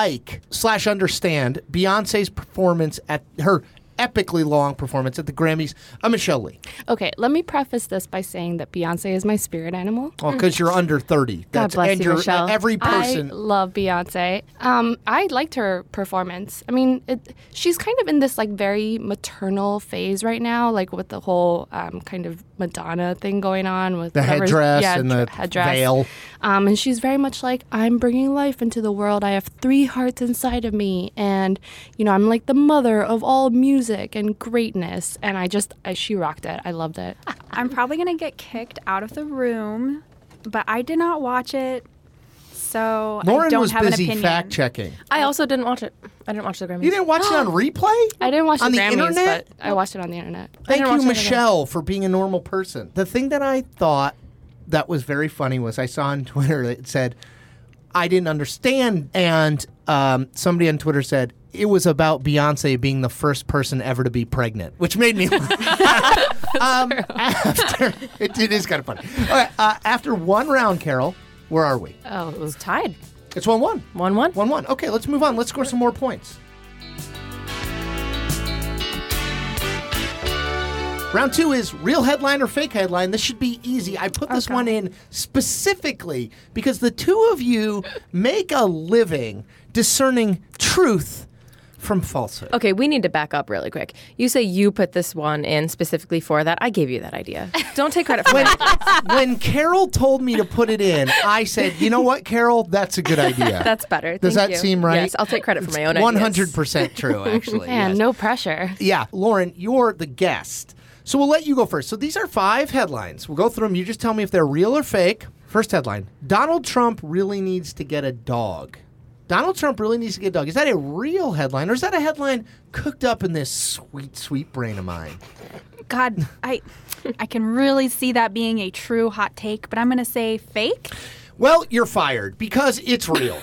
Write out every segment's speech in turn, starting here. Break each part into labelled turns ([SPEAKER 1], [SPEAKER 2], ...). [SPEAKER 1] like slash understand Beyonce's performance at her epically long performance at the Grammys of Michelle Lee.
[SPEAKER 2] Okay, let me preface this by saying that Beyonce is my spirit animal.
[SPEAKER 1] Well, because you're under 30.
[SPEAKER 2] God bless
[SPEAKER 1] and
[SPEAKER 2] you,
[SPEAKER 1] you're- uh,
[SPEAKER 2] Michelle.
[SPEAKER 1] Every person.
[SPEAKER 2] I love Beyonce. Um, I liked her performance. I mean, it, she's kind of in this like very maternal phase right now, like with the whole um, kind of Madonna thing going on with
[SPEAKER 1] the
[SPEAKER 2] whatever-
[SPEAKER 1] headdress
[SPEAKER 2] yeah,
[SPEAKER 1] and
[SPEAKER 2] dr-
[SPEAKER 1] the
[SPEAKER 2] headdress.
[SPEAKER 1] veil.
[SPEAKER 2] Um, and she's very much like, I'm bringing life into the world. I have three hearts inside of me. And, you know, I'm like the mother of all music and greatness. And I just, I, she rocked it. I loved it.
[SPEAKER 3] I'm probably going to get kicked out of the room, but I did not watch it. So I
[SPEAKER 1] Lauren
[SPEAKER 3] don't
[SPEAKER 1] was
[SPEAKER 3] have an
[SPEAKER 1] busy
[SPEAKER 3] opinion.
[SPEAKER 1] fact checking.
[SPEAKER 4] I also didn't watch it. I didn't watch the Grammys.
[SPEAKER 1] You didn't watch it on replay?
[SPEAKER 2] I didn't watch
[SPEAKER 1] On
[SPEAKER 2] the,
[SPEAKER 1] the
[SPEAKER 2] Grammys,
[SPEAKER 1] internet?
[SPEAKER 2] but I watched it on the internet.
[SPEAKER 1] Thank
[SPEAKER 4] didn't
[SPEAKER 1] you,
[SPEAKER 4] watch it either.
[SPEAKER 1] Michelle, for being a normal person. The thing that I thought that was very funny was I saw on Twitter it said, I didn't understand. And um, somebody on Twitter said, it was about Beyonce being the first person ever to be pregnant, which made me laugh. um, after, it, it is kind of funny. All right, uh, after one round, Carol, where are we?
[SPEAKER 2] Oh, it was.
[SPEAKER 4] Tied.
[SPEAKER 1] It's 1 1.
[SPEAKER 4] 1 1.
[SPEAKER 1] 1 1. Okay, let's move on. Let's score some more points. Round two is real headline or fake headline. This should be easy. I put this one in specifically because the two of you make a living discerning truth from falsehood.
[SPEAKER 4] Okay, we need to back up really quick. You say you put this one in specifically for that. I gave you that idea. Don't take credit for
[SPEAKER 1] When,
[SPEAKER 4] it.
[SPEAKER 1] when Carol told me to put it in, I said, "You know what, Carol? That's a good idea.
[SPEAKER 4] That's better.
[SPEAKER 1] Does
[SPEAKER 4] Thank
[SPEAKER 1] that
[SPEAKER 4] you.
[SPEAKER 1] seem right?
[SPEAKER 4] Yes, I'll take credit for my own ideas.
[SPEAKER 1] One hundred percent true, actually.
[SPEAKER 2] Man,
[SPEAKER 1] yes.
[SPEAKER 2] no pressure.
[SPEAKER 1] Yeah, Lauren, you're the guest. So we'll let you go first. So these are five headlines. We'll go through them. You just tell me if they're real or fake. First headline Donald Trump really needs to get a dog. Donald Trump really needs to get a dog. Is that a real headline or is that a headline cooked up in this sweet, sweet brain of mine?
[SPEAKER 3] God, I I can really see that being a true hot take, but I'm going to say fake.
[SPEAKER 1] Well, you're fired because it's real.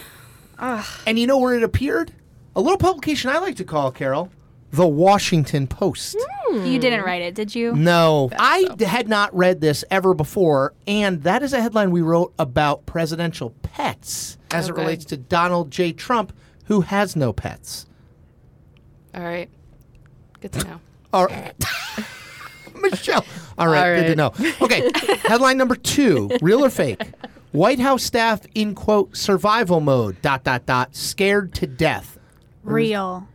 [SPEAKER 1] and you know where it appeared? A little publication I like to call, Carol, the Washington Post.
[SPEAKER 3] You
[SPEAKER 1] Hmm.
[SPEAKER 3] didn't write it, did you?
[SPEAKER 1] No, I d- had not read this ever before, and that is a headline we wrote about presidential pets as it
[SPEAKER 2] Okay.
[SPEAKER 1] relates to Donald J. Trump, who has no pets.
[SPEAKER 2] All right. Good to know.
[SPEAKER 1] All right. Michelle. All right, good to know. Okay, headline number two real or fake? White House staff in quote survival mode, dot, dot, dot, scared to death.
[SPEAKER 3] Real.